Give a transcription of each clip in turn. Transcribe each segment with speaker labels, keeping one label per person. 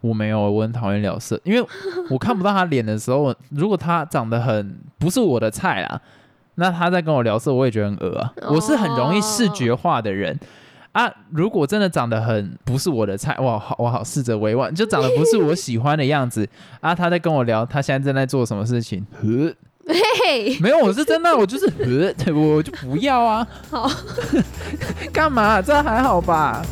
Speaker 1: 我没有，我很讨厌聊色，因为我看不到他脸的时候，如果他长得很不是我的菜啦，那他在跟我聊色，我也觉得很恶啊。我是很容易视觉化的人。啊，如果真的长得很不是我的菜，哇，好，我好试着委婉，就长得不是我喜欢的样子啊。他在跟我聊，他现在正在做什么事 情？呃
Speaker 2: 嘿，
Speaker 1: 没有，我是真的，我就是呃，我就不要 啊。
Speaker 2: 好，
Speaker 1: 干嘛？这还好吧？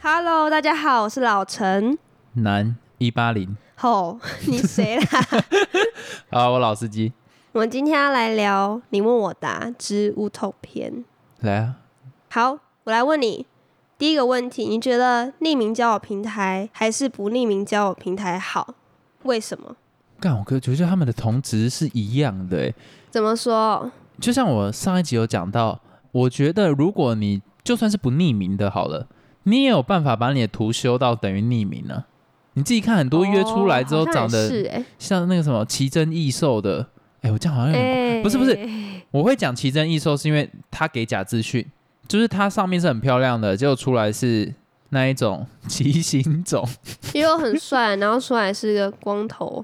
Speaker 2: Hello，大家好，我是老陈。
Speaker 1: 男一八零，
Speaker 2: 吼、 你谁啦？
Speaker 1: 啊，我老司机，
Speaker 2: 我们今天要来聊你问我答之乌托篇。
Speaker 1: 来啊。
Speaker 2: 好，我来问你第一个问题，你觉得匿名交友平台还是不匿名交友平台好？为什么？
Speaker 1: 干，我哥觉得他们的同值是一样的欸，
Speaker 2: 怎么说？
Speaker 1: 就像我上一集有讲到，我觉得如果你就算是不匿名的好了，你也有办法把你的图修到等于匿名呢、你自己看很多约出来之后
Speaker 2: 哦好
Speaker 1: 长
Speaker 2: 像也
Speaker 1: 得
Speaker 2: 是哎、
Speaker 1: 像那个什么奇珍异兽的，哎、我这样好像有点
Speaker 2: 哎
Speaker 1: 不是不是我会讲奇珍异兽是因为它给假资讯，就是它上面是很漂亮的，结果出来是那一种畸形种。
Speaker 2: 也有很帅，然后出来是个 光头，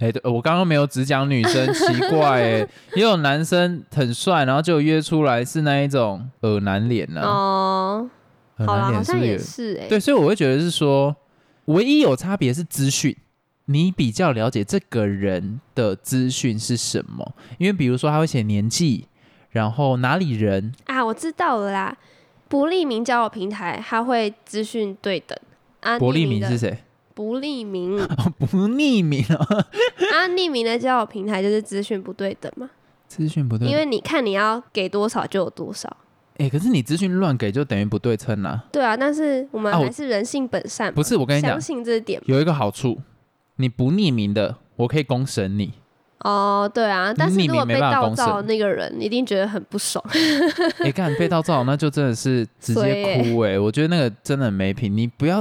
Speaker 1: 哎、对，我刚刚没有只讲女生，奇怪哎、也有男生很帅，然后就约出来是那一种耳男脸呢、啊，
Speaker 2: 哦，
Speaker 1: 耳
Speaker 2: 好
Speaker 1: 男
Speaker 2: 啦，好
Speaker 1: 脸是
Speaker 2: 像
Speaker 1: 不是
Speaker 2: 也
Speaker 1: 有？
Speaker 2: 是哎、
Speaker 1: 对，所以我会觉得是说，唯一有差别是资讯，你比较了解这个人的资讯是什么，因为比如说他会写年纪，然后哪里人，
Speaker 2: 啊，我知道了啦，不利名交友平台它会资讯对等。啊，
Speaker 1: 伯利
Speaker 2: 匿
Speaker 1: 明
Speaker 2: 的
Speaker 1: 是谁？
Speaker 2: 不利名，
Speaker 1: 哦，不匿名哦。
Speaker 2: 啊，匿名的交友平台就是资讯不对等嘛，
Speaker 1: 资讯 不对，
Speaker 2: 因为你看你要给多少就有多少，
Speaker 1: 哎、可是你资讯乱给就等于不对称啦、
Speaker 2: 对啊，但是我们
Speaker 1: 啊我
Speaker 2: 还是人性本善嘛、
Speaker 1: 不是，我跟你讲
Speaker 2: 相，信这一点
Speaker 1: 有一个好处，你不匿名的，我可以公审 你。
Speaker 2: 哦，对啊，但是
Speaker 1: 匿
Speaker 2: 如果
Speaker 1: 名没
Speaker 2: 被
Speaker 1: 办法
Speaker 2: 盗
Speaker 1: 公
Speaker 2: 照的
Speaker 1: 审
Speaker 2: 那个人一定觉得很不爽，
Speaker 1: 哎、干被盗照，那就真的是直接
Speaker 2: 衰欸
Speaker 1: 哭哎、我觉得那个真的很没品，你不要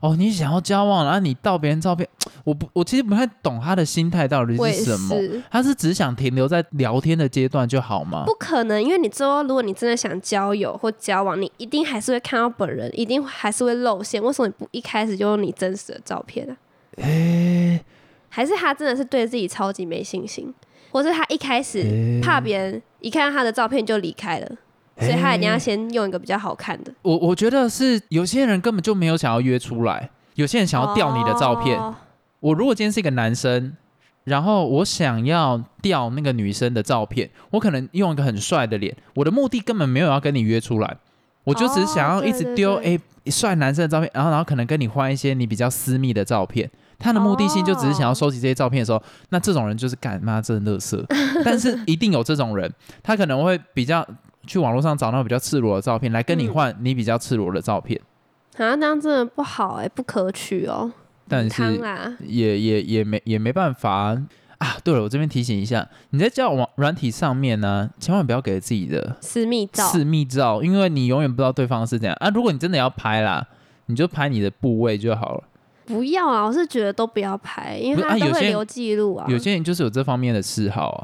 Speaker 1: 哦，你想要交往，然后你盗别人照片，我不，我其实不太懂他的心态到底
Speaker 2: 我也
Speaker 1: 是什么。
Speaker 2: 是。
Speaker 1: 他是只想停留在聊天的阶段就好吗？
Speaker 2: 不可能，因为你之后如果你真的想交友或交往，你一定还是会看到本人，一定还是会露馅。为什么你不一开始就用你真实的照片呢、
Speaker 1: 哎哎、
Speaker 2: 还是他真的是对自己超级没信心，或是他一开始
Speaker 1: 欸
Speaker 2: 怕别人一看到他的照片就离开了，所以他一定要先用一个比较好看的。
Speaker 1: 我我觉得是有些人根本就没有想要约出来，有些人想要调你的照片。
Speaker 2: 哦
Speaker 1: 我如果今天是一个男生，然后我想要调那个女生的照片，我可能用一个很帅的脸，我的目的根本没有要跟你约出来，我就只是想要一直丢
Speaker 2: 哦对对
Speaker 1: 诶帅男生的照片，然后然后可能跟你换一些你比较私密的照片。他的目的性就只是
Speaker 2: 哦
Speaker 1: 想要收集这些照片的时候那这种人就是干妈真乐色。但是一定有这种人，他可能会比较去网络上找那种比较赤裸的照片来跟你
Speaker 2: 嗯
Speaker 1: 换你比较赤裸的照片，
Speaker 2: 啊，那样真的不好哎、不可取哦。
Speaker 1: 但
Speaker 2: 汤啊
Speaker 1: 是
Speaker 2: 啦，
Speaker 1: 也也也没也没办法啊。啊对了，我这边提醒一下，你在交友网软体上面呢、千万不要给自己的
Speaker 2: 私密照
Speaker 1: 私密照，因为你永远不知道对方是怎样啊。如果你真的要拍啦，你就拍你的部位就好了。
Speaker 2: 不要啊！我是觉得都不要拍，因
Speaker 1: 不
Speaker 2: 为
Speaker 1: 是
Speaker 2: 他
Speaker 1: 啊
Speaker 2: 都
Speaker 1: 有些
Speaker 2: 会
Speaker 1: 人
Speaker 2: 留记录啊。
Speaker 1: 有些人就是有这方面的嗜好啊，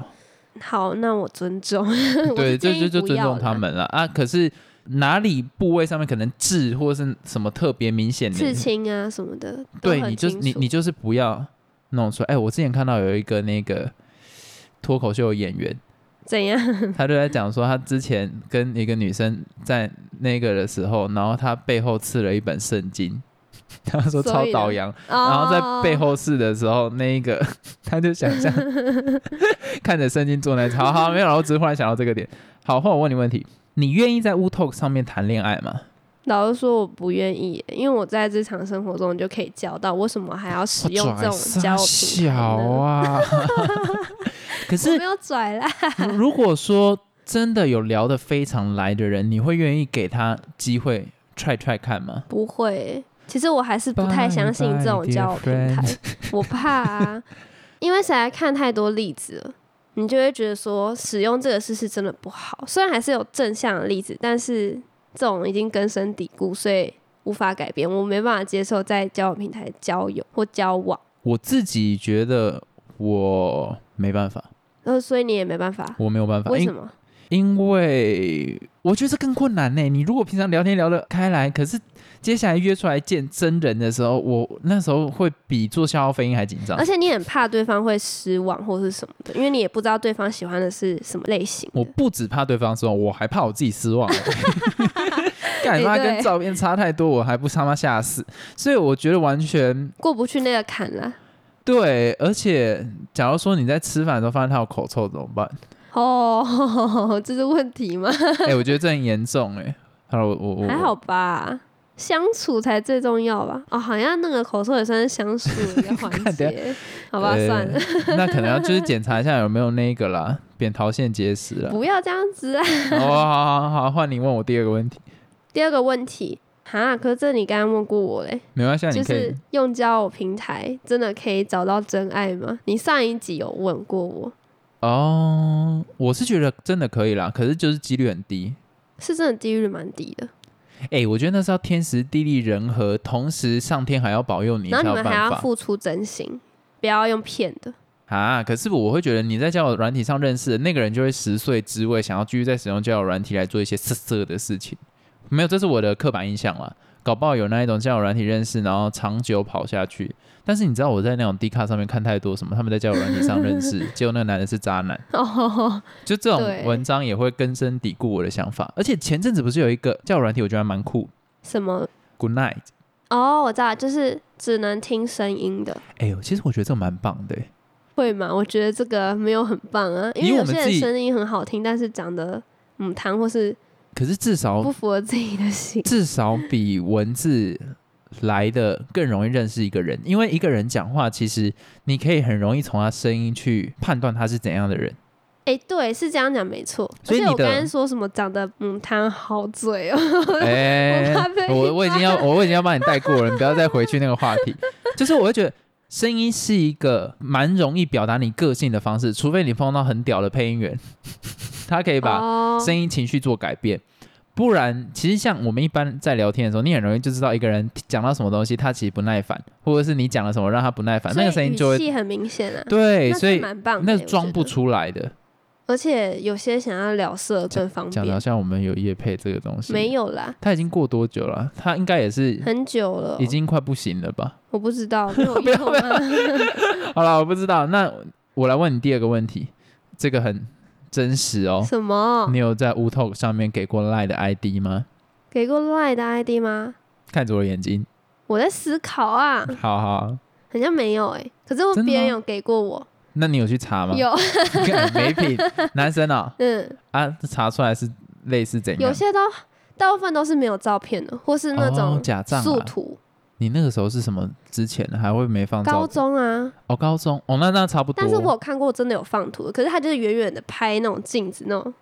Speaker 2: 好，那我尊重。
Speaker 1: 嗯 对，这
Speaker 2: 建议
Speaker 1: 就就
Speaker 2: 不
Speaker 1: 尊
Speaker 2: 要
Speaker 1: 重他
Speaker 2: 啦
Speaker 1: 们了啊。可是哪里部位上面可能痣或是什么特别明显的
Speaker 2: 刺青啊什么的，都
Speaker 1: 对，
Speaker 2: 很
Speaker 1: 你就
Speaker 2: 清
Speaker 1: 你
Speaker 2: 楚
Speaker 1: 你就是不要弄出来。哎、我之前看到有一个那个脱口秀演员，
Speaker 2: 怎样？
Speaker 1: 他就在讲说，他之前跟一个女生在那个的时候，然后他背后刺了一本圣经， 他说
Speaker 2: 所
Speaker 1: 超
Speaker 2: 以呢哦
Speaker 1: 倒洋， 然
Speaker 2: 然
Speaker 1: 后在背
Speaker 2: 哦
Speaker 1: 后刺的时候，那一个 他就想象 看着圣经做那好好没有啦，我只是忽然想到这个点。好，换我问你问题，你愿意在 w Talk 上面谈恋爱吗？
Speaker 2: 老实说，我不愿意耶，因为我在日常生活中就可以交到，为什么还要使用这种交友平
Speaker 1: 小
Speaker 2: 台呢？
Speaker 1: 啊，可是
Speaker 2: 我没有拽啦，
Speaker 1: 如果说真的有聊得非常来的人，你会愿意给他机会 try try 看吗？
Speaker 2: 不会耶。其实我还是不太相信这种交友平台
Speaker 1: Bye, dear
Speaker 2: 我怕啊，因为实在看太多例子了，你就会觉得说使用这个事是真的不好。虽然还是有正向的例子，但是这种已经根深蒂固，所以无法改变。我没办法接受在交友平台交友或交往。
Speaker 1: 我自己觉得我没办法，
Speaker 2: 呃，所以你也没办法，
Speaker 1: 我没有办法，
Speaker 2: 为
Speaker 1: 因啊
Speaker 2: 什么？
Speaker 1: 因为我觉得这更困难呢。你如果平常聊天聊得开来，可是接下来约出来见真人的时候，我那时候会比做消耗飞鹰还紧张
Speaker 2: 而。且你很怕对方会失望或是什么的，因为你也不知道对方喜欢的是什么类型
Speaker 1: 我
Speaker 2: 的。
Speaker 1: 不只怕对方失望，我还怕我自己失 望。 干
Speaker 2: 哎
Speaker 1: 妈
Speaker 2: 对
Speaker 1: 跟照片差太多，我还不他妈吓死。所以我觉得完全
Speaker 2: 过不去那个坎啦。
Speaker 1: 对。而且，假如说你在吃饭的时候发现他有口臭怎么 办？
Speaker 2: 哦， 这是问题吗？
Speaker 1: 哎、我觉得这很严重哎、他说我我我
Speaker 2: 还好吧，相处才最重要吧。哦，好像那个口臭也算是相处的一个环
Speaker 1: 看等
Speaker 2: 节，好吧，
Speaker 1: 呃
Speaker 2: 算了，
Speaker 1: 那可能要就是检查一下有没有那个啦， 扁桃腺结石了。
Speaker 2: 不要这样子啊。
Speaker 1: 哦，好好好，换你问我第二个问题，
Speaker 2: 第二个问题，哈，可是这你刚刚问过我嘞，
Speaker 1: 没关系，啊，
Speaker 2: 就
Speaker 1: 你可以
Speaker 2: 是。用交友平台真的可以找到真爱吗？你上一集有问过我，
Speaker 1: 哦，我是觉得真的可以啦，可是就是几率很低。
Speaker 2: 是真的几率蛮低的。
Speaker 1: 哎、我觉得那是要天时地利人和，同时上天还要保佑你才
Speaker 2: 然后
Speaker 1: 有
Speaker 2: 你们
Speaker 1: 办
Speaker 2: 还要
Speaker 1: 法
Speaker 2: 付出真心，不要用骗的。
Speaker 1: 啊。可是我会觉得你在交友软体上认识的那个人，就会十岁之位，想要继续在使用交友软体来做一些色色的事情。没有，这是我的刻板印象啦。搞不好有那一种交友软体认识，然后长久跑下去。但是你知道我在那种 D 卡上面看太多什么，他们在交友软体上认识，结果那个男的是渣男。
Speaker 2: 哦，
Speaker 1: 就这种
Speaker 2: 对
Speaker 1: 文章也会根深蒂固我的想法。而且前阵子不是有一个叫软体，我觉得还蛮酷
Speaker 2: 什么？
Speaker 1: ，Good Night。
Speaker 2: 哦，我知道，就是只能听声音的，
Speaker 1: 哎呦，其实我觉得这个蛮棒的欸。
Speaker 2: 会吗？我觉得这个没有很棒啊，因
Speaker 1: 以
Speaker 2: 为
Speaker 1: 我
Speaker 2: 有
Speaker 1: 们
Speaker 2: 些
Speaker 1: 自
Speaker 2: 人
Speaker 1: 己
Speaker 2: 声音很好听，但是长得母汤或是
Speaker 1: 可是至
Speaker 2: 不
Speaker 1: 少
Speaker 2: 符合自己的型。
Speaker 1: 至少比文字来的更容易认识一个人，因为一个人讲话，其实你可以很容易从他声音去判断他是怎样的 人。
Speaker 2: 哎、对，是这样讲没错。而
Speaker 1: 所以
Speaker 2: 且
Speaker 1: 你
Speaker 2: 我
Speaker 1: 的
Speaker 2: 刚刚说什么长得母汤好嘴哦，
Speaker 1: 哎、
Speaker 2: 我怕被
Speaker 1: 我我已经要
Speaker 2: 骂
Speaker 1: 我我已经要帮你带过了，你不要再回去那个话题。就是我会觉得声音是一个蛮容易表达你个性的方式，除非你碰到很屌的配音员， 他可以把
Speaker 2: 哦，
Speaker 1: 声音情绪做改变。不然，其实像我们一般在聊天的时候，你很容易就知道一个人讲到什么东西，他其实不耐烦，或者是你讲了什么让他不耐烦，
Speaker 2: 所
Speaker 1: 那
Speaker 2: 以
Speaker 1: 个声音就会
Speaker 2: 语气很明显啊。
Speaker 1: 对，
Speaker 2: 那
Speaker 1: 所
Speaker 2: 是
Speaker 1: 以
Speaker 2: 蛮棒的，
Speaker 1: 那
Speaker 2: 我
Speaker 1: 是
Speaker 2: 觉
Speaker 1: 装不
Speaker 2: 得。
Speaker 1: 出来的。
Speaker 2: 而且有些想要聊色更方
Speaker 1: 讲的好
Speaker 2: 便，
Speaker 1: 像我们有叶配这个东西，
Speaker 2: 没，有啦，
Speaker 1: 他已经过多久了？他应该也是
Speaker 2: 很久了，
Speaker 1: 已经快不行了吧？
Speaker 2: 我不 知道，没有用 啊。
Speaker 1: 好了，我不知道。那我来问你第二个问题，这个很真实哦。
Speaker 2: 什么
Speaker 1: 你？有在 w Talk 上面给过 Line 的 ID 吗？
Speaker 2: 给过 Line 的 ID 吗？
Speaker 1: 看着我的眼睛，
Speaker 2: 我在思考啊，
Speaker 1: 好好。
Speaker 2: 好像没有哎、可是我
Speaker 1: 真的吗
Speaker 2: 别人有给过我，
Speaker 1: 那你有去查吗？
Speaker 2: 有，
Speaker 1: 干 没品，男生啊、
Speaker 2: 嗯，
Speaker 1: 啊，查出来是类似怎样？
Speaker 2: 有些都大部分都是没有照片的，或是那
Speaker 1: 哦
Speaker 2: 种
Speaker 1: 假账啊
Speaker 2: 素图，
Speaker 1: 你那个时候是什么之前还会没放照
Speaker 2: 高
Speaker 1: 片？
Speaker 2: 中啊。
Speaker 1: 哦，高中哦，那那差不多。
Speaker 2: 但是我有看过真的有放图的，可是他就是远远的拍那种镜子那种，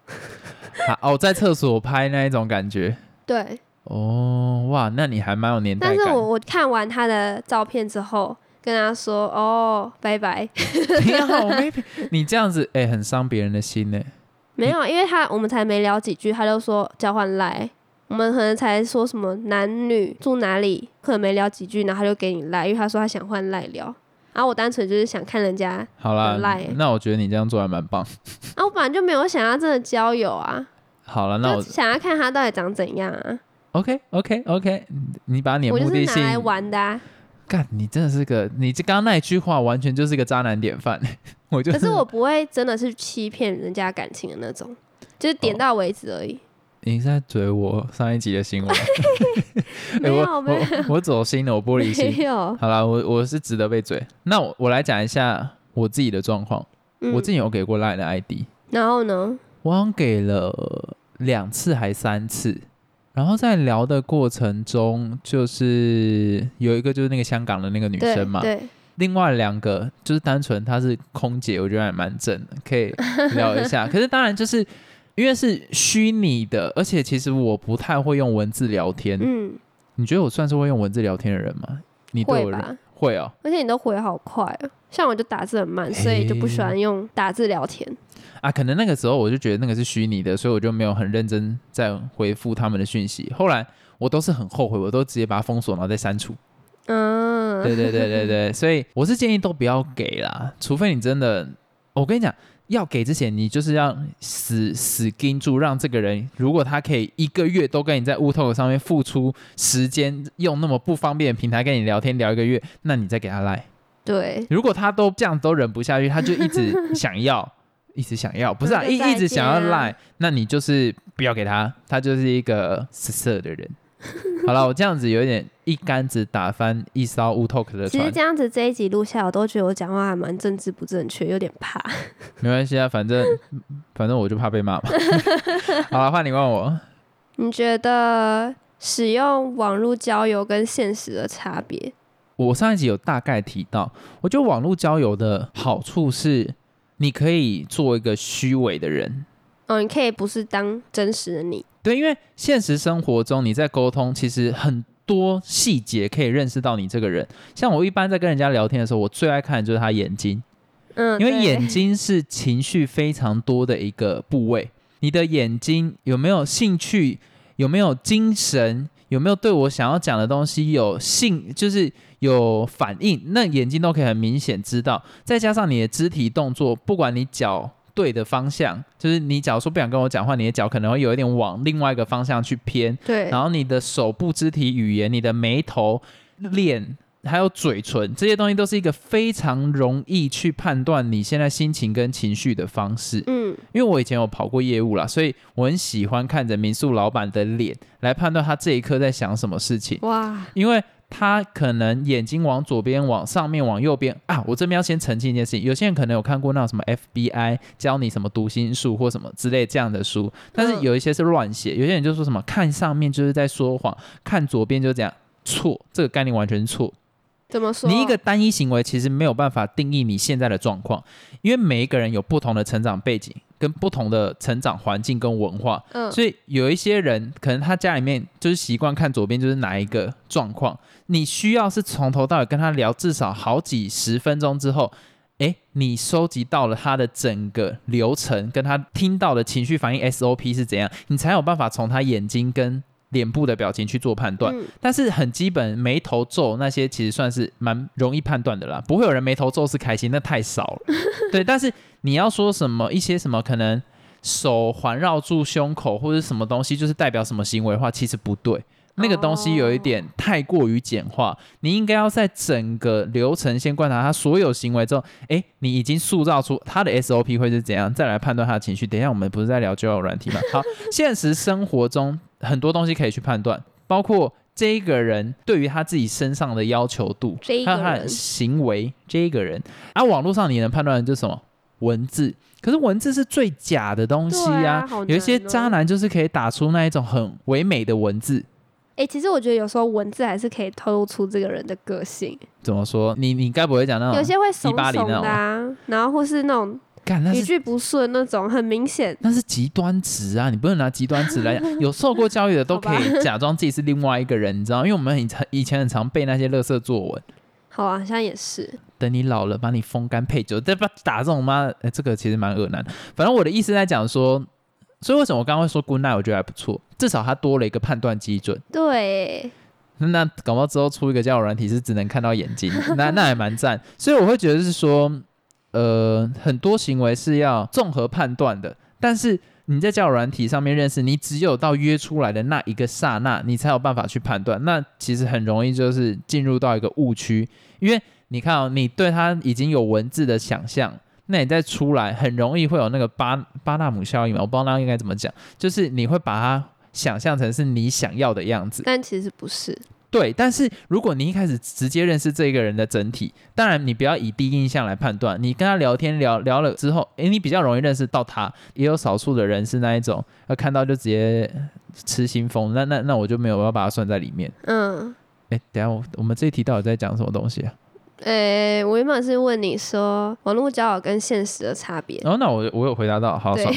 Speaker 1: 啊哦，在厕所拍那一种感觉。
Speaker 2: 对。
Speaker 1: 哦，哇，那你还蛮有年代
Speaker 2: 但
Speaker 1: 感。
Speaker 2: 是我我看完他的照片之后，跟他说哦，拜拜。
Speaker 1: 你好啊没品，你这样子哎、很伤别人的心呢、
Speaker 2: 没有，因为他我们才没聊几句，他就说交换赖，我们可能才说什么男女住哪里，可能没聊几句，然后他就给你赖，因为他说他想换赖聊。然后我单纯就是想看人家，
Speaker 1: 好啦
Speaker 2: 很赖欸，
Speaker 1: 那我觉得你这样做还蛮棒。
Speaker 2: 啊，我本来就没有想要真的交友啊，
Speaker 1: 好了，那
Speaker 2: 就
Speaker 1: 我
Speaker 2: 想要看他到底长怎样啊，
Speaker 1: OK OK OK，你把你的
Speaker 2: 我就
Speaker 1: 目
Speaker 2: 是
Speaker 1: 的
Speaker 2: 拿
Speaker 1: 性
Speaker 2: 来玩 的啊。
Speaker 1: 干，你真的是个，你这刚刚那一句话完全就是个渣男典范。 我就
Speaker 2: 可是我不会真的是欺骗人家感情的那种，就是
Speaker 1: 哦
Speaker 2: 点到为止而已。
Speaker 1: 你是在嘴我上一集的新闻？ 哎
Speaker 2: 没有
Speaker 1: 我
Speaker 2: 没有
Speaker 1: 我我走心了，我玻璃
Speaker 2: 没
Speaker 1: 心。
Speaker 2: 有，
Speaker 1: 好啦，我我是值得被嘴。那我我来讲一下我自己的状况。
Speaker 2: 嗯
Speaker 1: 我之前有给过 Line 的 ID，
Speaker 2: 然后呢？
Speaker 1: 我好像给了两次还三次。然后在聊的过程中，就是有一个就是那个香港的那个女
Speaker 2: 对
Speaker 1: 生嘛，
Speaker 2: 对，
Speaker 1: 另外两个就是单纯她是空姐，我觉得还蛮正的，可以聊一 下。可是当然就是因为是虚拟的，而且其实我不太会用文字聊天。
Speaker 2: 嗯，
Speaker 1: 你觉得我算是会用文字聊天的人吗？你对
Speaker 2: 会
Speaker 1: 我
Speaker 2: 吧。
Speaker 1: 会哦。
Speaker 2: 而且你都回好快啊，像我就打字很慢，所以就不
Speaker 1: 哎
Speaker 2: 喜欢用打字聊天。
Speaker 1: 啊，可能那个时候我就觉得那个是虚拟的，所以我就没有很认真在回复他们的讯息。后来我都是很后悔，我都直接把它封锁，然后再删除。
Speaker 2: 嗯，嗯，
Speaker 1: 对对对对对，所以我是建议都不要给啦，除非你真的，我跟你讲，要给之前你就是要死死盯住，让这个人，如果他可以一个月都跟你在乌托克上面付出时间，用那么不方便的平台跟你聊天聊一个月，那你再给他赖。
Speaker 2: 对，
Speaker 1: 如果他都这样都忍不下去，他就一直想要，一直想要， 不是啊，
Speaker 2: 那就
Speaker 1: 一
Speaker 2: 再
Speaker 1: 一直想要
Speaker 2: 见啊
Speaker 1: 赖，那你就是不要给他，他就是一个色色的人。好了，我这样子有点一竿子打翻一艘乌托克的
Speaker 2: 其实
Speaker 1: 船
Speaker 2: 这，样子这一集录下来，我都觉得我讲话还蛮政治不正确，有点怕。
Speaker 1: 没关系啊，反正反正我就怕被骂嘛。 好了，换你问我，
Speaker 2: 你觉得使用网络交友跟现实的差别？
Speaker 1: 我上一集有大概提到，我觉得网络交友的好处是，你可以做一个虚伪的人，
Speaker 2: 哦，你可以不是当真实的你，
Speaker 1: 对，因为现实生活中你在沟通，其实很多细节可以认识到你这个人。像我一般在跟人家聊天的时候，我最爱看的就是他眼睛，
Speaker 2: 嗯，
Speaker 1: 因为
Speaker 2: 对
Speaker 1: 眼睛是情绪非常多的一个部位。你的眼睛有没有兴趣？有没有精神？有没有对我想要讲的东西有兴，就是有反应？那眼睛都可以很明显知道。再加上你的肢体动作，不管你脚对的方向，就是你假如说不想跟我讲话，你的脚可能会有一点往另外一个方向去偏。
Speaker 2: 对，
Speaker 1: 然后你的手部肢体语言、你的眉头、脸，还有嘴唇，这些东西都是一个非常容易去判断你现在心情跟情绪的方式。
Speaker 2: 嗯，
Speaker 1: 因为我以前有跑过业务啦，所以我很喜欢看着民宿老板的脸来判断他这一刻在想什么事情，
Speaker 2: 哇，
Speaker 1: 因为。他可能眼睛往左边、往上面、往右边啊！我这边要先澄清一件事情，有些人可能有看过那种什么 FBI 教你什么读心术或什么之类这样的书，但是
Speaker 2: 嗯
Speaker 1: 有一些是乱写，有些人就说什么看上面就是在说谎，看左边就这样错，这个概念完全是错。
Speaker 2: 怎么说？
Speaker 1: 你一个单一行为其实没有办法定义你现在的状况，因为每一个人有不同的成长背景，跟不同的成长环境跟文化，
Speaker 2: 嗯，
Speaker 1: 所以有一些人可能他家里面就是习惯看左边就是哪一个状况，你需要是从头到尾跟他聊至少好几十分钟之后。诶，你收集到了他的整个流程，跟他听到的情绪反应 SOP 是怎样，你才有办法从他眼睛跟脸部的表情去做判断。
Speaker 2: 嗯
Speaker 1: 但是很基本，眉头皱那些其实算是蛮容易判断的啦，不会有人眉头皱是开心，那太少了。对，但是你要说什么一些什么可能手环绕住胸口或者什么东西，就是代表什么行为的话，其实不对。那个东西有一点太过于简化，你应该要在整个流程先观察他所有行为之后，诶，你已经塑造出他的 SOP 会是怎样，再来判断他的情绪。等一下，我们不是在聊交友软 体吗？好，现实生活中很多东西可以去判断，包括这一个人对于他自己身上的要求度，
Speaker 2: 这一
Speaker 1: 还
Speaker 2: 个
Speaker 1: 有他的
Speaker 2: 人
Speaker 1: 行为，这一个人啊，网络上你能判断的就是什么文字，可是文字是最假的东西
Speaker 2: 对
Speaker 1: 呀、
Speaker 2: 啊好
Speaker 1: 有一些
Speaker 2: 难哦
Speaker 1: 渣男就是可以打出那一种很唯美的文字。
Speaker 2: 哎、其实我觉得有时候文字还是可以透露出这个人的个性，
Speaker 1: 怎么说？你你该不会讲那种
Speaker 2: 有些会怂
Speaker 1: 180
Speaker 2: 怂的啊，然后或是 那种
Speaker 1: 干那
Speaker 2: 语
Speaker 1: 是
Speaker 2: 句不顺那种，很明显。
Speaker 1: 那是极端值啊！你不能拿极端值来讲。有受过教育的都可
Speaker 2: 好
Speaker 1: 以假装自己是另外一个人，你知道？因为我们很常以前很常背那些垃圾作文。
Speaker 2: 好啊，好像也是，
Speaker 1: 等你老了，把你风干配酒，再把打这种妈、呃，这个其实蛮恶难的。反正我的意思在讲说，所以为什么我刚刚会说 good night，我觉得还不错，至少他多了一个判断基准。
Speaker 2: 对，
Speaker 1: 那搞不好之后出一个交友软体是只能看到眼睛，那那还蛮赞。所以我会觉得是说，呃，很多行为是要综合判断的，但是你在交友软体上面认识，你只有到约出来的那一个刹那，你才有办法去判断。那其实很容易就是进入到一个误区，因为你看哦，你对他已经有文字的想象。那你再出来，很容易会有那个巴巴纳姆效应嘛？我不知道那应该怎么讲，就是你会把它想象成是你想要的样子，
Speaker 2: 但其实不是，
Speaker 1: 对，但是如果你一开始直接认识这个人的整体，当然你不要以第一印象来判断。你跟他聊天聊聊了之后，诶，你比较容易认识到他。也有少数的人是那一种，呃，看到就直接吃心疯，那那那我就没有要把它算在里面。
Speaker 2: 嗯，
Speaker 1: 诶，等一下我我们这一题到底在讲什么东西啊？
Speaker 2: 诶、我原本是问你说网络交友跟现实的差别，
Speaker 1: 哦，那我我有回答到，好
Speaker 2: 对
Speaker 1: 爽。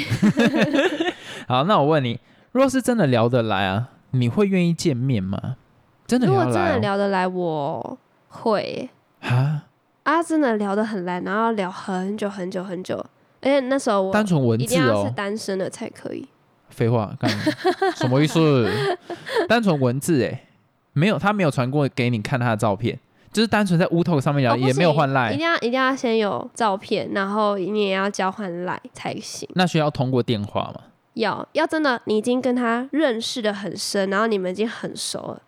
Speaker 1: 好，那我问你，若是真的聊得来啊，你会愿意见面吗？真的
Speaker 2: 如
Speaker 1: 聊得
Speaker 2: 果真
Speaker 1: 来、
Speaker 2: 的
Speaker 1: 哦、
Speaker 2: 聊得来，我会
Speaker 1: 啊？
Speaker 2: 啊，真的聊得很来，然后聊很久很久很久，而且那时候我
Speaker 1: 单纯文
Speaker 2: 一
Speaker 1: 字
Speaker 2: 定要
Speaker 1: 哦
Speaker 2: 是。单身的才可以，
Speaker 1: 废话，干什 欸么意思？单纯文字哎、没有，他没有传过给你看他的照片，就是单纯在乌头上面聊，
Speaker 2: 哦不
Speaker 1: 也没有
Speaker 2: 行
Speaker 1: 换
Speaker 2: 一
Speaker 1: 赖，
Speaker 2: 定要一定要先有照片，然后你也要交换赖才行。
Speaker 1: 那需要通过电话嘛？
Speaker 2: 要要真的，你已经跟他认识的很深，然后你们已经很熟了，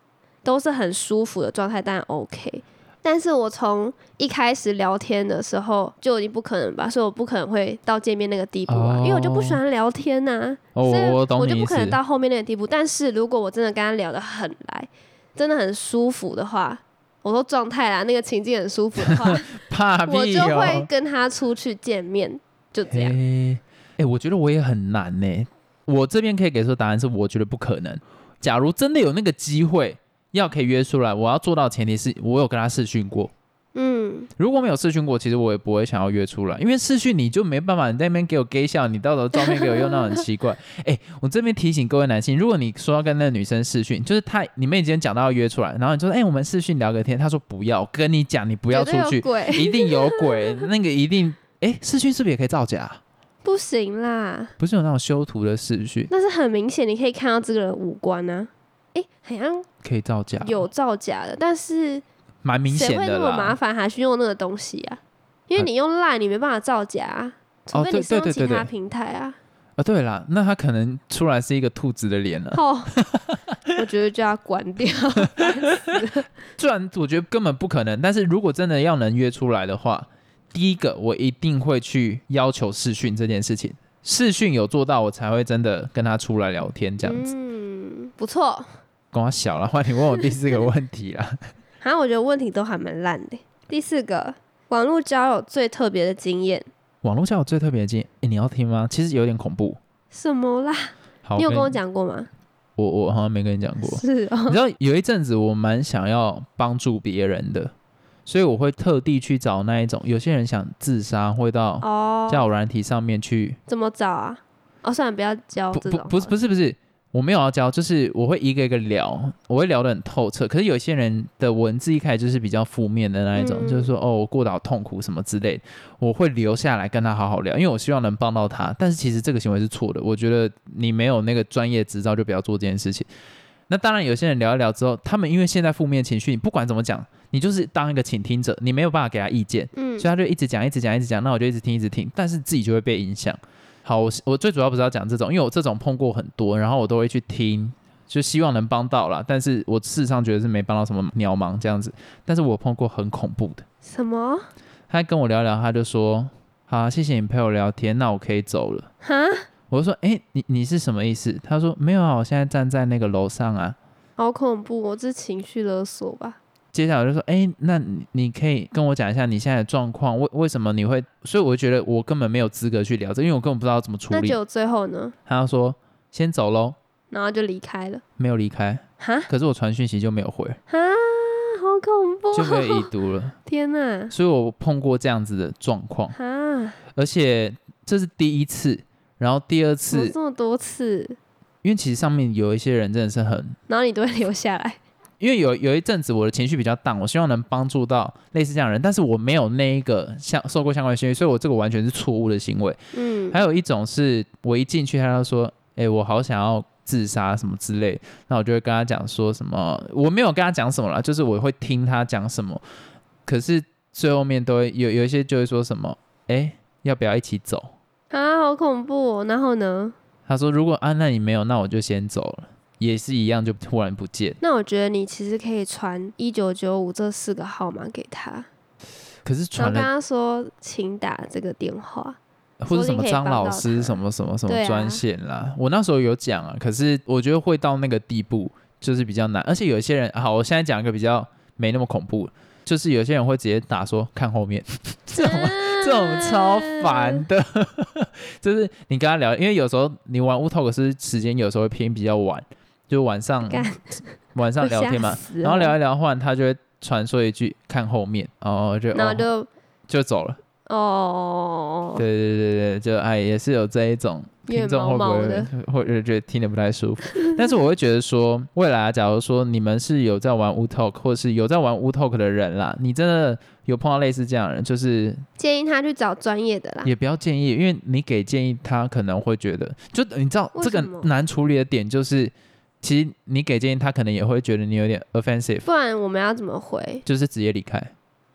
Speaker 2: 都是很舒服的状态，当然 OK。但是我从一开始聊天的时候就已经不可能吧，所以我不可能会到见面那个地步啊，
Speaker 1: 哦
Speaker 2: 因为我就不喜欢聊天啊呐、
Speaker 1: 哦，
Speaker 2: 所以
Speaker 1: 我懂
Speaker 2: 就
Speaker 1: 你
Speaker 2: 不
Speaker 1: 意
Speaker 2: 可
Speaker 1: 思。
Speaker 2: 能到后面那个地步。但是如果我真的跟他聊得很来，真的很舒服的话，我说状态啦，那个情境很舒服的话，
Speaker 1: 怕
Speaker 2: 我
Speaker 1: 屁
Speaker 2: 就
Speaker 1: 哦、
Speaker 2: 会跟他出去见面，就这样。
Speaker 1: 诶诶我觉得我也很难呢、欸我这边可以给出的答案是，我觉得不可能。假如真的有那个机会要可以约出来，我要做到的前提是我有跟他试训过。
Speaker 2: 嗯，
Speaker 1: 如果没有试训过，其实我也不会想要约出来，因为试训你就没办法，你在那边给我 gay 笑，你到时候照片给我用到很奇怪。 哎、我这边提醒各位男性，如果你说要跟那个女生试训，就是他你们已经讲到要约出来，然后你就说哎、我们试训聊个天，他说不要，我跟你讲你不
Speaker 2: 不
Speaker 1: 要出 去，
Speaker 2: 鬼
Speaker 1: 一定有鬼，那个一定哎、试训是不是也可以造假啊、
Speaker 2: 不行啦，
Speaker 1: 不是有那种修图的视讯
Speaker 2: 那是很明显，你可以看到这个人五官啊。诶，好像
Speaker 1: 可以造假，
Speaker 2: 有造假的，但是
Speaker 1: 蛮明
Speaker 2: 谁
Speaker 1: 显
Speaker 2: 会
Speaker 1: 的
Speaker 2: 那么麻
Speaker 1: 啦。
Speaker 2: 烦还去用那个东西啊？因为你用赖，你没办法造假、啊，除
Speaker 1: 哦
Speaker 2: 非
Speaker 1: 对
Speaker 2: 你是
Speaker 1: 对
Speaker 2: 用
Speaker 1: 对
Speaker 2: 其
Speaker 1: 对
Speaker 2: 他
Speaker 1: 对
Speaker 2: 平台啊。
Speaker 1: 啊，对啦，那他可能出来是一个兔子的脸啊 了。
Speaker 2: 哦，我觉得就要关 掉。
Speaker 1: 虽然我觉得根本不可能，但是如果真的要能约出来的话，第一个我一定会去要求视讯这件事情。视讯有做到，我才会真的跟他出来聊天这样子。
Speaker 2: 嗯，不错。
Speaker 1: 跟我小了，换你问我第四个问题啦。
Speaker 2: 好啊像我觉得问题都还蛮烂的。第四个，网络交友最特别的经验
Speaker 1: 网络交友最特别的经验、诶你要听吗？其实有点恐怖。
Speaker 2: 什么啦？
Speaker 1: 好，
Speaker 2: 你有跟我
Speaker 1: 你，
Speaker 2: 讲过吗？
Speaker 1: 我我好像没跟你讲过。
Speaker 2: 是哦
Speaker 1: 你，知道有一阵子我蛮想要帮助别人的，所以我会特地去找那一种有些人想自杀，会到
Speaker 2: 哦，
Speaker 1: 交友软体上面去。
Speaker 2: 怎么找啊？哦，算了，不要教
Speaker 1: 不
Speaker 2: 这
Speaker 1: 不
Speaker 2: 种。
Speaker 1: 不是不是不是，我没有要教，就是我会一个一个聊，我会聊得很透彻。可是有些人的文字一开始就是比较负面的那一种，
Speaker 2: 嗯
Speaker 1: 就是说哦我过得好痛苦什么之类的，我会留下来跟他好好聊，因为我希望能帮到他。但是其实这个行为是错的，我觉得你没有那个专业执照就不要做这件事情。那当然，有些人聊一聊之后，他们因为现在负面情绪，你不管怎么讲，你就是当一个倾听者，你没有办法给他意见，
Speaker 2: 嗯
Speaker 1: 所以他就一直讲，一直讲，一直讲，那我就一直听，一直听，但是自己就会被影响。好，我我最主要不是要讲这种，因为我这种碰过很多，然后我都会去听，就希望能帮到啦。但是我事实上觉得是没帮到什么鸟忙这样子。但是我碰过很恐怖的，
Speaker 2: 什么
Speaker 1: 他跟我聊聊，他就说：“好，谢谢你陪我聊天，那我可以走了。
Speaker 2: 哈？”
Speaker 1: 我就说：“哎、你你是什么意思？”他说：“没有啊，我现在站在那个楼上啊。”
Speaker 2: 好恐怖哦！这是情绪勒索吧？
Speaker 1: 接下来我就说，哎、那你你可以跟我讲一下你现在的状况，为为什么你会？所以我就觉得我根本没有资格去聊这，因为我根本不知道怎么处
Speaker 2: 那
Speaker 1: 理。
Speaker 2: 就最后呢？
Speaker 1: 他就说先走喽，
Speaker 2: 然后就离开了。
Speaker 1: 没有离开，
Speaker 2: 哈
Speaker 1: 可是我传讯息就没有回，
Speaker 2: 哈，好恐怖！
Speaker 1: 就没有已读了。
Speaker 2: 天哪！
Speaker 1: 所以我碰过这样子的状况，
Speaker 2: 哈，
Speaker 1: 而且这是第一次，然后第二
Speaker 2: 怎么
Speaker 1: 次，
Speaker 2: 这么多次？
Speaker 1: 因为其实上面有一些人真的是很。
Speaker 2: 然后你都会留下来？
Speaker 1: 因为有有一阵子我的情绪比较淡，我希望能帮助到类似这样的人，但是我没有那一个相受过相关的训练，所以我这个完全是错误的行为。
Speaker 2: 嗯
Speaker 1: 还有一种是我一进去，他就说：“哎、我好想要自杀什么之类。”那我就会跟他讲说什么，我没有跟他讲什么啦，就是我会听他讲什么。可是最后面都会有有一些就会说什么：“哎、要不要一起走
Speaker 2: 啊，好恐怖哦！然后呢？？”
Speaker 1: 他说：“如果啊，那你没有，那我就先走了。”也是一样，就突然不见。
Speaker 2: 那我觉得你其实可以传一九九五这四个号码给他，
Speaker 1: 可是
Speaker 2: 然
Speaker 1: 传
Speaker 2: 后跟
Speaker 1: 了
Speaker 2: 他说，请打这个电话。
Speaker 1: 或者什么张老
Speaker 2: 说不定可以帮到
Speaker 1: 师
Speaker 2: 他
Speaker 1: 什么什么什
Speaker 2: 对
Speaker 1: 么
Speaker 2: 啊
Speaker 1: 专线啦，我那时候有讲啊，可是我觉得会到那个地步就是比较难，而且有一些人，好，我现在讲一个比较没那么恐怖，就是有些人会直接打说看后面， 这种、这种超
Speaker 2: 嗯
Speaker 1: 烦的， 就是你跟他聊，因为有时候你玩 u t a l 是时间有时候会偏比较晚，就晚上
Speaker 2: 干
Speaker 1: 晚上
Speaker 2: 会
Speaker 1: 聊天
Speaker 2: 吓
Speaker 1: 嘛，
Speaker 2: 死
Speaker 1: 然后
Speaker 2: 人
Speaker 1: 聊一聊，忽然他就会传说一句看后面，然后就
Speaker 2: 然后
Speaker 1: 哦
Speaker 2: 就
Speaker 1: 就走了。
Speaker 2: 哦，
Speaker 1: 对对对对，就哎，也是有这一种
Speaker 2: 有点
Speaker 1: 听众会不
Speaker 2: 毛毛
Speaker 1: 会
Speaker 2: 的
Speaker 1: 会 会觉得听得不太舒服？但是我会觉得说，未来啊、假如说你们是有在玩 w Talk 或是有在玩 w Talk 的人啦，你真的有碰到类似这样的人，就是
Speaker 2: 建议他去找专业的啦。
Speaker 1: 也不要建议，因为你给建议他可能会觉得，就你知道
Speaker 2: 为
Speaker 1: 这个
Speaker 2: 什么
Speaker 1: 难处理的点就是。其实你给建议，他可能也会觉得你有点 offensive，
Speaker 2: 不然我们要怎么回？
Speaker 1: 就是直接离开，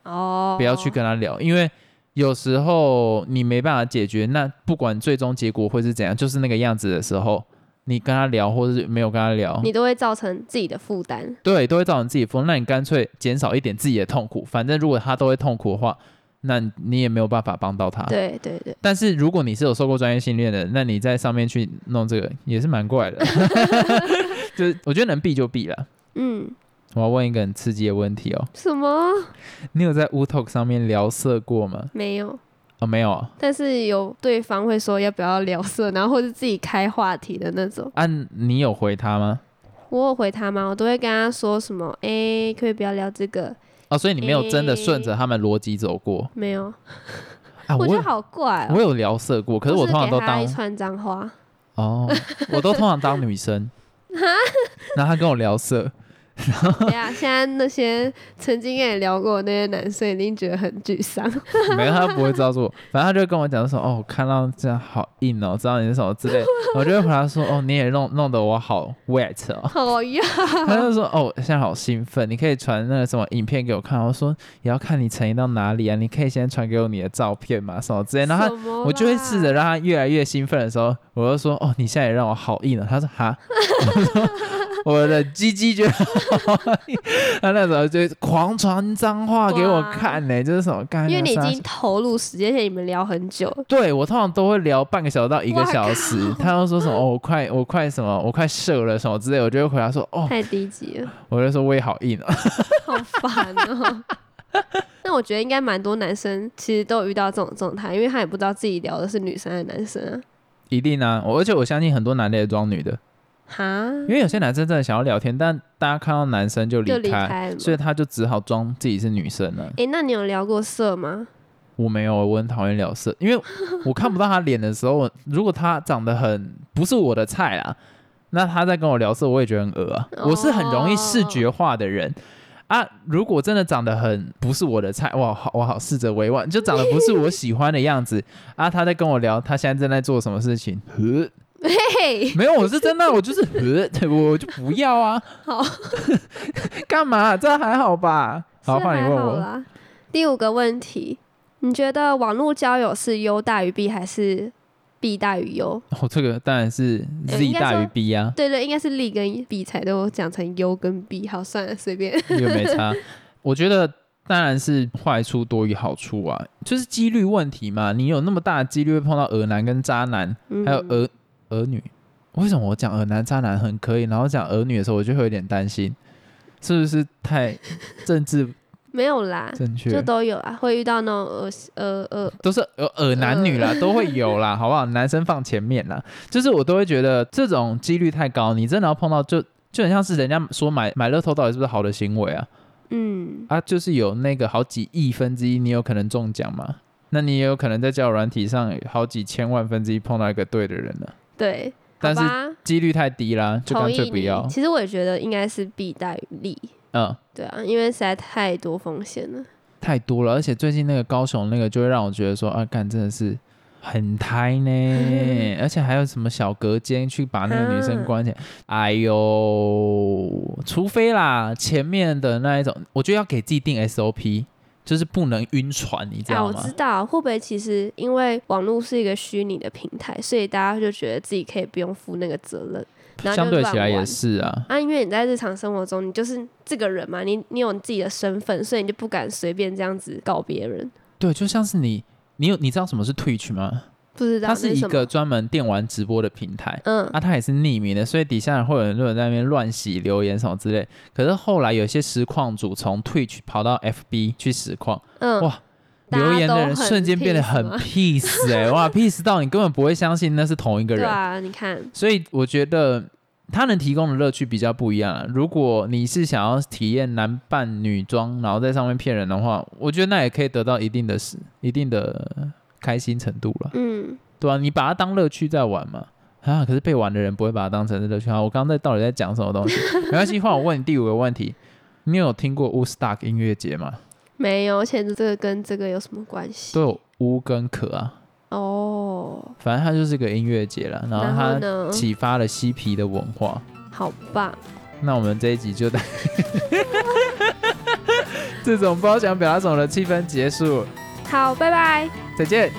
Speaker 2: 哦，
Speaker 1: 不要去跟他聊，因为有时候你没办法解决，那不管最终结果会是怎样，就是那个样子的时候，你跟他聊或者是没有跟他聊，
Speaker 2: 你都会造成自己的负担。
Speaker 1: 对，都会造成自己负担。那你干脆减少一点自己的痛苦，反正如果他都会痛苦的话，那你也没有办法帮到他。
Speaker 2: 对对对，
Speaker 1: 但是如果你是有受过专业训练的，那你在上面去弄这个也是蛮 怪的，就是我觉得能避就避了。
Speaker 2: 嗯，
Speaker 1: 我要问一个很刺激的问题哦，
Speaker 2: 什么
Speaker 1: 你有在 Wu Talk 上面聊色过吗？
Speaker 2: 没有？
Speaker 1: 哦，没有啊，
Speaker 2: 但是有对方会说要不要聊色，然后或是自己开话题的那种。
Speaker 1: 啊，你有回他吗？
Speaker 2: 我有回他吗？我都会跟他说什么？哎、可不可以不要聊这个？
Speaker 1: 哦，所以你没有真的顺着他们逻辑走过、
Speaker 2: 没有，
Speaker 1: 啊？
Speaker 2: 我
Speaker 1: 我
Speaker 2: 觉得
Speaker 1: 有
Speaker 2: 好怪哦、
Speaker 1: 我有聊色过，可是我
Speaker 2: 或
Speaker 1: 通常都
Speaker 2: 给他
Speaker 1: 当
Speaker 2: 一串脏话，
Speaker 1: 哦，我都通常当女生，然后他跟我聊色，
Speaker 2: 对啊，现在那些曾经跟你聊过的那些男生一定觉得很沮丧。
Speaker 1: 没有他不会知道是我，反正他就跟我讲说，哦，我看到这样好硬哦，知道你是什么之类的，我就会回答说，哦，你也弄弄得我好 wet 哦，
Speaker 2: 好呀，
Speaker 1: 他就说：“哦，现在好兴奋，你可以传那个什么影片给我看。”我说：“也要看你诚意到哪里啊，你可以先传给我你的照片嘛，什么之类的。”然后
Speaker 2: 什么
Speaker 1: 他
Speaker 2: 啦
Speaker 1: 我就会试着让他越来越兴奋的时候，我就说：“哦，你现在也让我好硬了。”他说：“哈。” 我说：“我的鸡鸡觉得好硬。”他那时候就狂传脏话给我看呢、就是什么干，
Speaker 2: 因为你已
Speaker 1: 啥
Speaker 2: 经投入时间，而且你们聊很久，
Speaker 1: 对我通常都会聊半个小时到一个
Speaker 2: 哇
Speaker 1: 小时，他都说什么哦，我快我快什么我快射了什么之类的，我就会回答说 哦，
Speaker 2: 太低级了，
Speaker 1: 我就说我也好硬哦。
Speaker 2: 好烦哦。 那我觉得应该蛮多男生其实都有遇到这种状态，因为他也不知道自己聊的是女生还是男生啊。
Speaker 1: 一定啊！我而且我相信很多男的也装女的，
Speaker 2: 哈，
Speaker 1: 因为有些男生真的想要聊天，但大家看到男生就离
Speaker 2: 就
Speaker 1: 开，
Speaker 2: 离开了嘛。
Speaker 1: 所以他就只好装自己是女生了。
Speaker 2: 诶，那你有聊过色吗？
Speaker 1: 我没有，我很讨厌聊色，因为 我看不到他脸的时候，如果他长得很不是我的菜啦，那他在跟我聊色，我也觉得很恶啊。
Speaker 2: 哦
Speaker 1: 我是很容易视觉化的人。啊，如果真的长得很不是我的菜，哇，好，我好试着委婉，就长得不是我喜欢的样子啊。他在跟我聊，他现在正在做什么事 情？呃
Speaker 2: 嘿，
Speaker 1: 没有，我是真的，我就是， 呃，我就不要啊。
Speaker 2: 好，
Speaker 1: 干嘛？这还好吧？好，
Speaker 2: 是
Speaker 1: 换你
Speaker 2: 还
Speaker 1: 问
Speaker 2: 好
Speaker 1: 我。
Speaker 2: 啦。第五个问题，你觉得网络交友是优大于弊还是弊大于优？
Speaker 1: 哦，这个当然是
Speaker 2: 呃
Speaker 1: Z
Speaker 2: 应该
Speaker 1: 大于
Speaker 2: 说
Speaker 1: B 啊，
Speaker 2: 对对，应该是利跟弊才都讲成优跟弊。好，算了，随便。
Speaker 1: 又没差。我觉得当然是坏处多于好处啊，就是几率问题嘛。你有那么大的几率会碰到儿男跟渣男，还有
Speaker 2: 嗯、
Speaker 1: 儿儿女。为什么我讲儿男渣男很可以，然后讲儿女的时候我就会有点担心，是不是太政治
Speaker 2: 没有啦，
Speaker 1: 正确？
Speaker 2: 就都有啊，会遇到那种呃呃呃，
Speaker 1: 都是有耳男女啦，都会有啦，好不好？男生放前面啦，就是我都会觉得这种几率太高，你真的要碰到就就很像是人家说买买乐透到底是不是好的行为啊？
Speaker 2: 嗯，
Speaker 1: 啊，就是有那个好几亿分之一，你有可能中奖嘛？那你也有可能在交友软体上好几千万分之一碰到一个对的人了，
Speaker 2: 对，
Speaker 1: 但是
Speaker 2: 好吧，
Speaker 1: 几率太低啦，就
Speaker 2: 同
Speaker 1: 干
Speaker 2: 意
Speaker 1: 脆不
Speaker 2: 你
Speaker 1: 要。
Speaker 2: 其实我也觉得应该是弊大于利，
Speaker 1: 嗯，
Speaker 2: 对啊，因为实在太多风险了。
Speaker 1: 太多了，而且最近那个高雄那个就会让我觉得说啊，干真的是很胎 呢，而且还有什么小隔间去把那个女生关起来，
Speaker 2: 啊
Speaker 1: 哎呦，除非啦前面的那一种，我觉得要给自己定 SOP，就是不能晕船，你知
Speaker 2: 啊，
Speaker 1: 道
Speaker 2: 我
Speaker 1: 吗
Speaker 2: 知？道，会不会其实因为网络是一个虚拟的平台，所以大家就觉得自己可以不用负那个责任，然后
Speaker 1: 相
Speaker 2: 就
Speaker 1: 对
Speaker 2: 乱
Speaker 1: 起来也
Speaker 2: 玩
Speaker 1: 是啊，
Speaker 2: 啊，因为你在日常生活中，你就是这个人嘛，你你有你自己的身份，所以你就不敢随便这样子搞别人。
Speaker 1: 对，就像是你，你有你知道什么是 Twitch 吗？
Speaker 2: 不知道
Speaker 1: 它
Speaker 2: 那
Speaker 1: 是
Speaker 2: 是
Speaker 1: 一
Speaker 2: 什
Speaker 1: 个
Speaker 2: 么？
Speaker 1: 专门电玩直播的平台，
Speaker 2: 嗯，
Speaker 1: 啊，它也是匿名的，所以底下会有很多人在那边乱洗留言什么之类。可是后来有些实况组从 Twitch 跑到 FB 去实况，
Speaker 2: 嗯，
Speaker 1: 哇
Speaker 2: 大家
Speaker 1: 留言的
Speaker 2: 都
Speaker 1: 人
Speaker 2: 很啊
Speaker 1: 瞬间变得
Speaker 2: peace
Speaker 1: 很
Speaker 2: 吗
Speaker 1: peace 哎、哇 peace 到你根本不会相信那是同一个
Speaker 2: 对
Speaker 1: 人。
Speaker 2: 啊，你看，
Speaker 1: 所以我觉得它能提供的乐趣比较不一样啊。如果你是想要体验男扮女装，然后在上面骗人的话，我觉得那也可以得到一定的是一定的开心程度了。
Speaker 2: 嗯，
Speaker 1: 对啊，你把它当乐趣在玩嘛。啊，可是被玩的人不会把它当成是乐趣啊。我刚刚在到底在讲什么东西？没关系，换我问你第五个问题。你有听过 Woodstock 音乐 节吗？
Speaker 2: 没有，而且这个跟这个有什么关系
Speaker 1: 都？有乌跟可啊，
Speaker 2: 哦，
Speaker 1: 反正它就是个音乐节啦。然
Speaker 2: 然后
Speaker 1: 后
Speaker 2: 呢
Speaker 1: 它启发了嬉皮的文化。
Speaker 2: 哈，好吧，
Speaker 1: 那我们这一集就到 这种不知道想表达什么的气氛结束，
Speaker 2: 好，拜拜。
Speaker 1: 再见。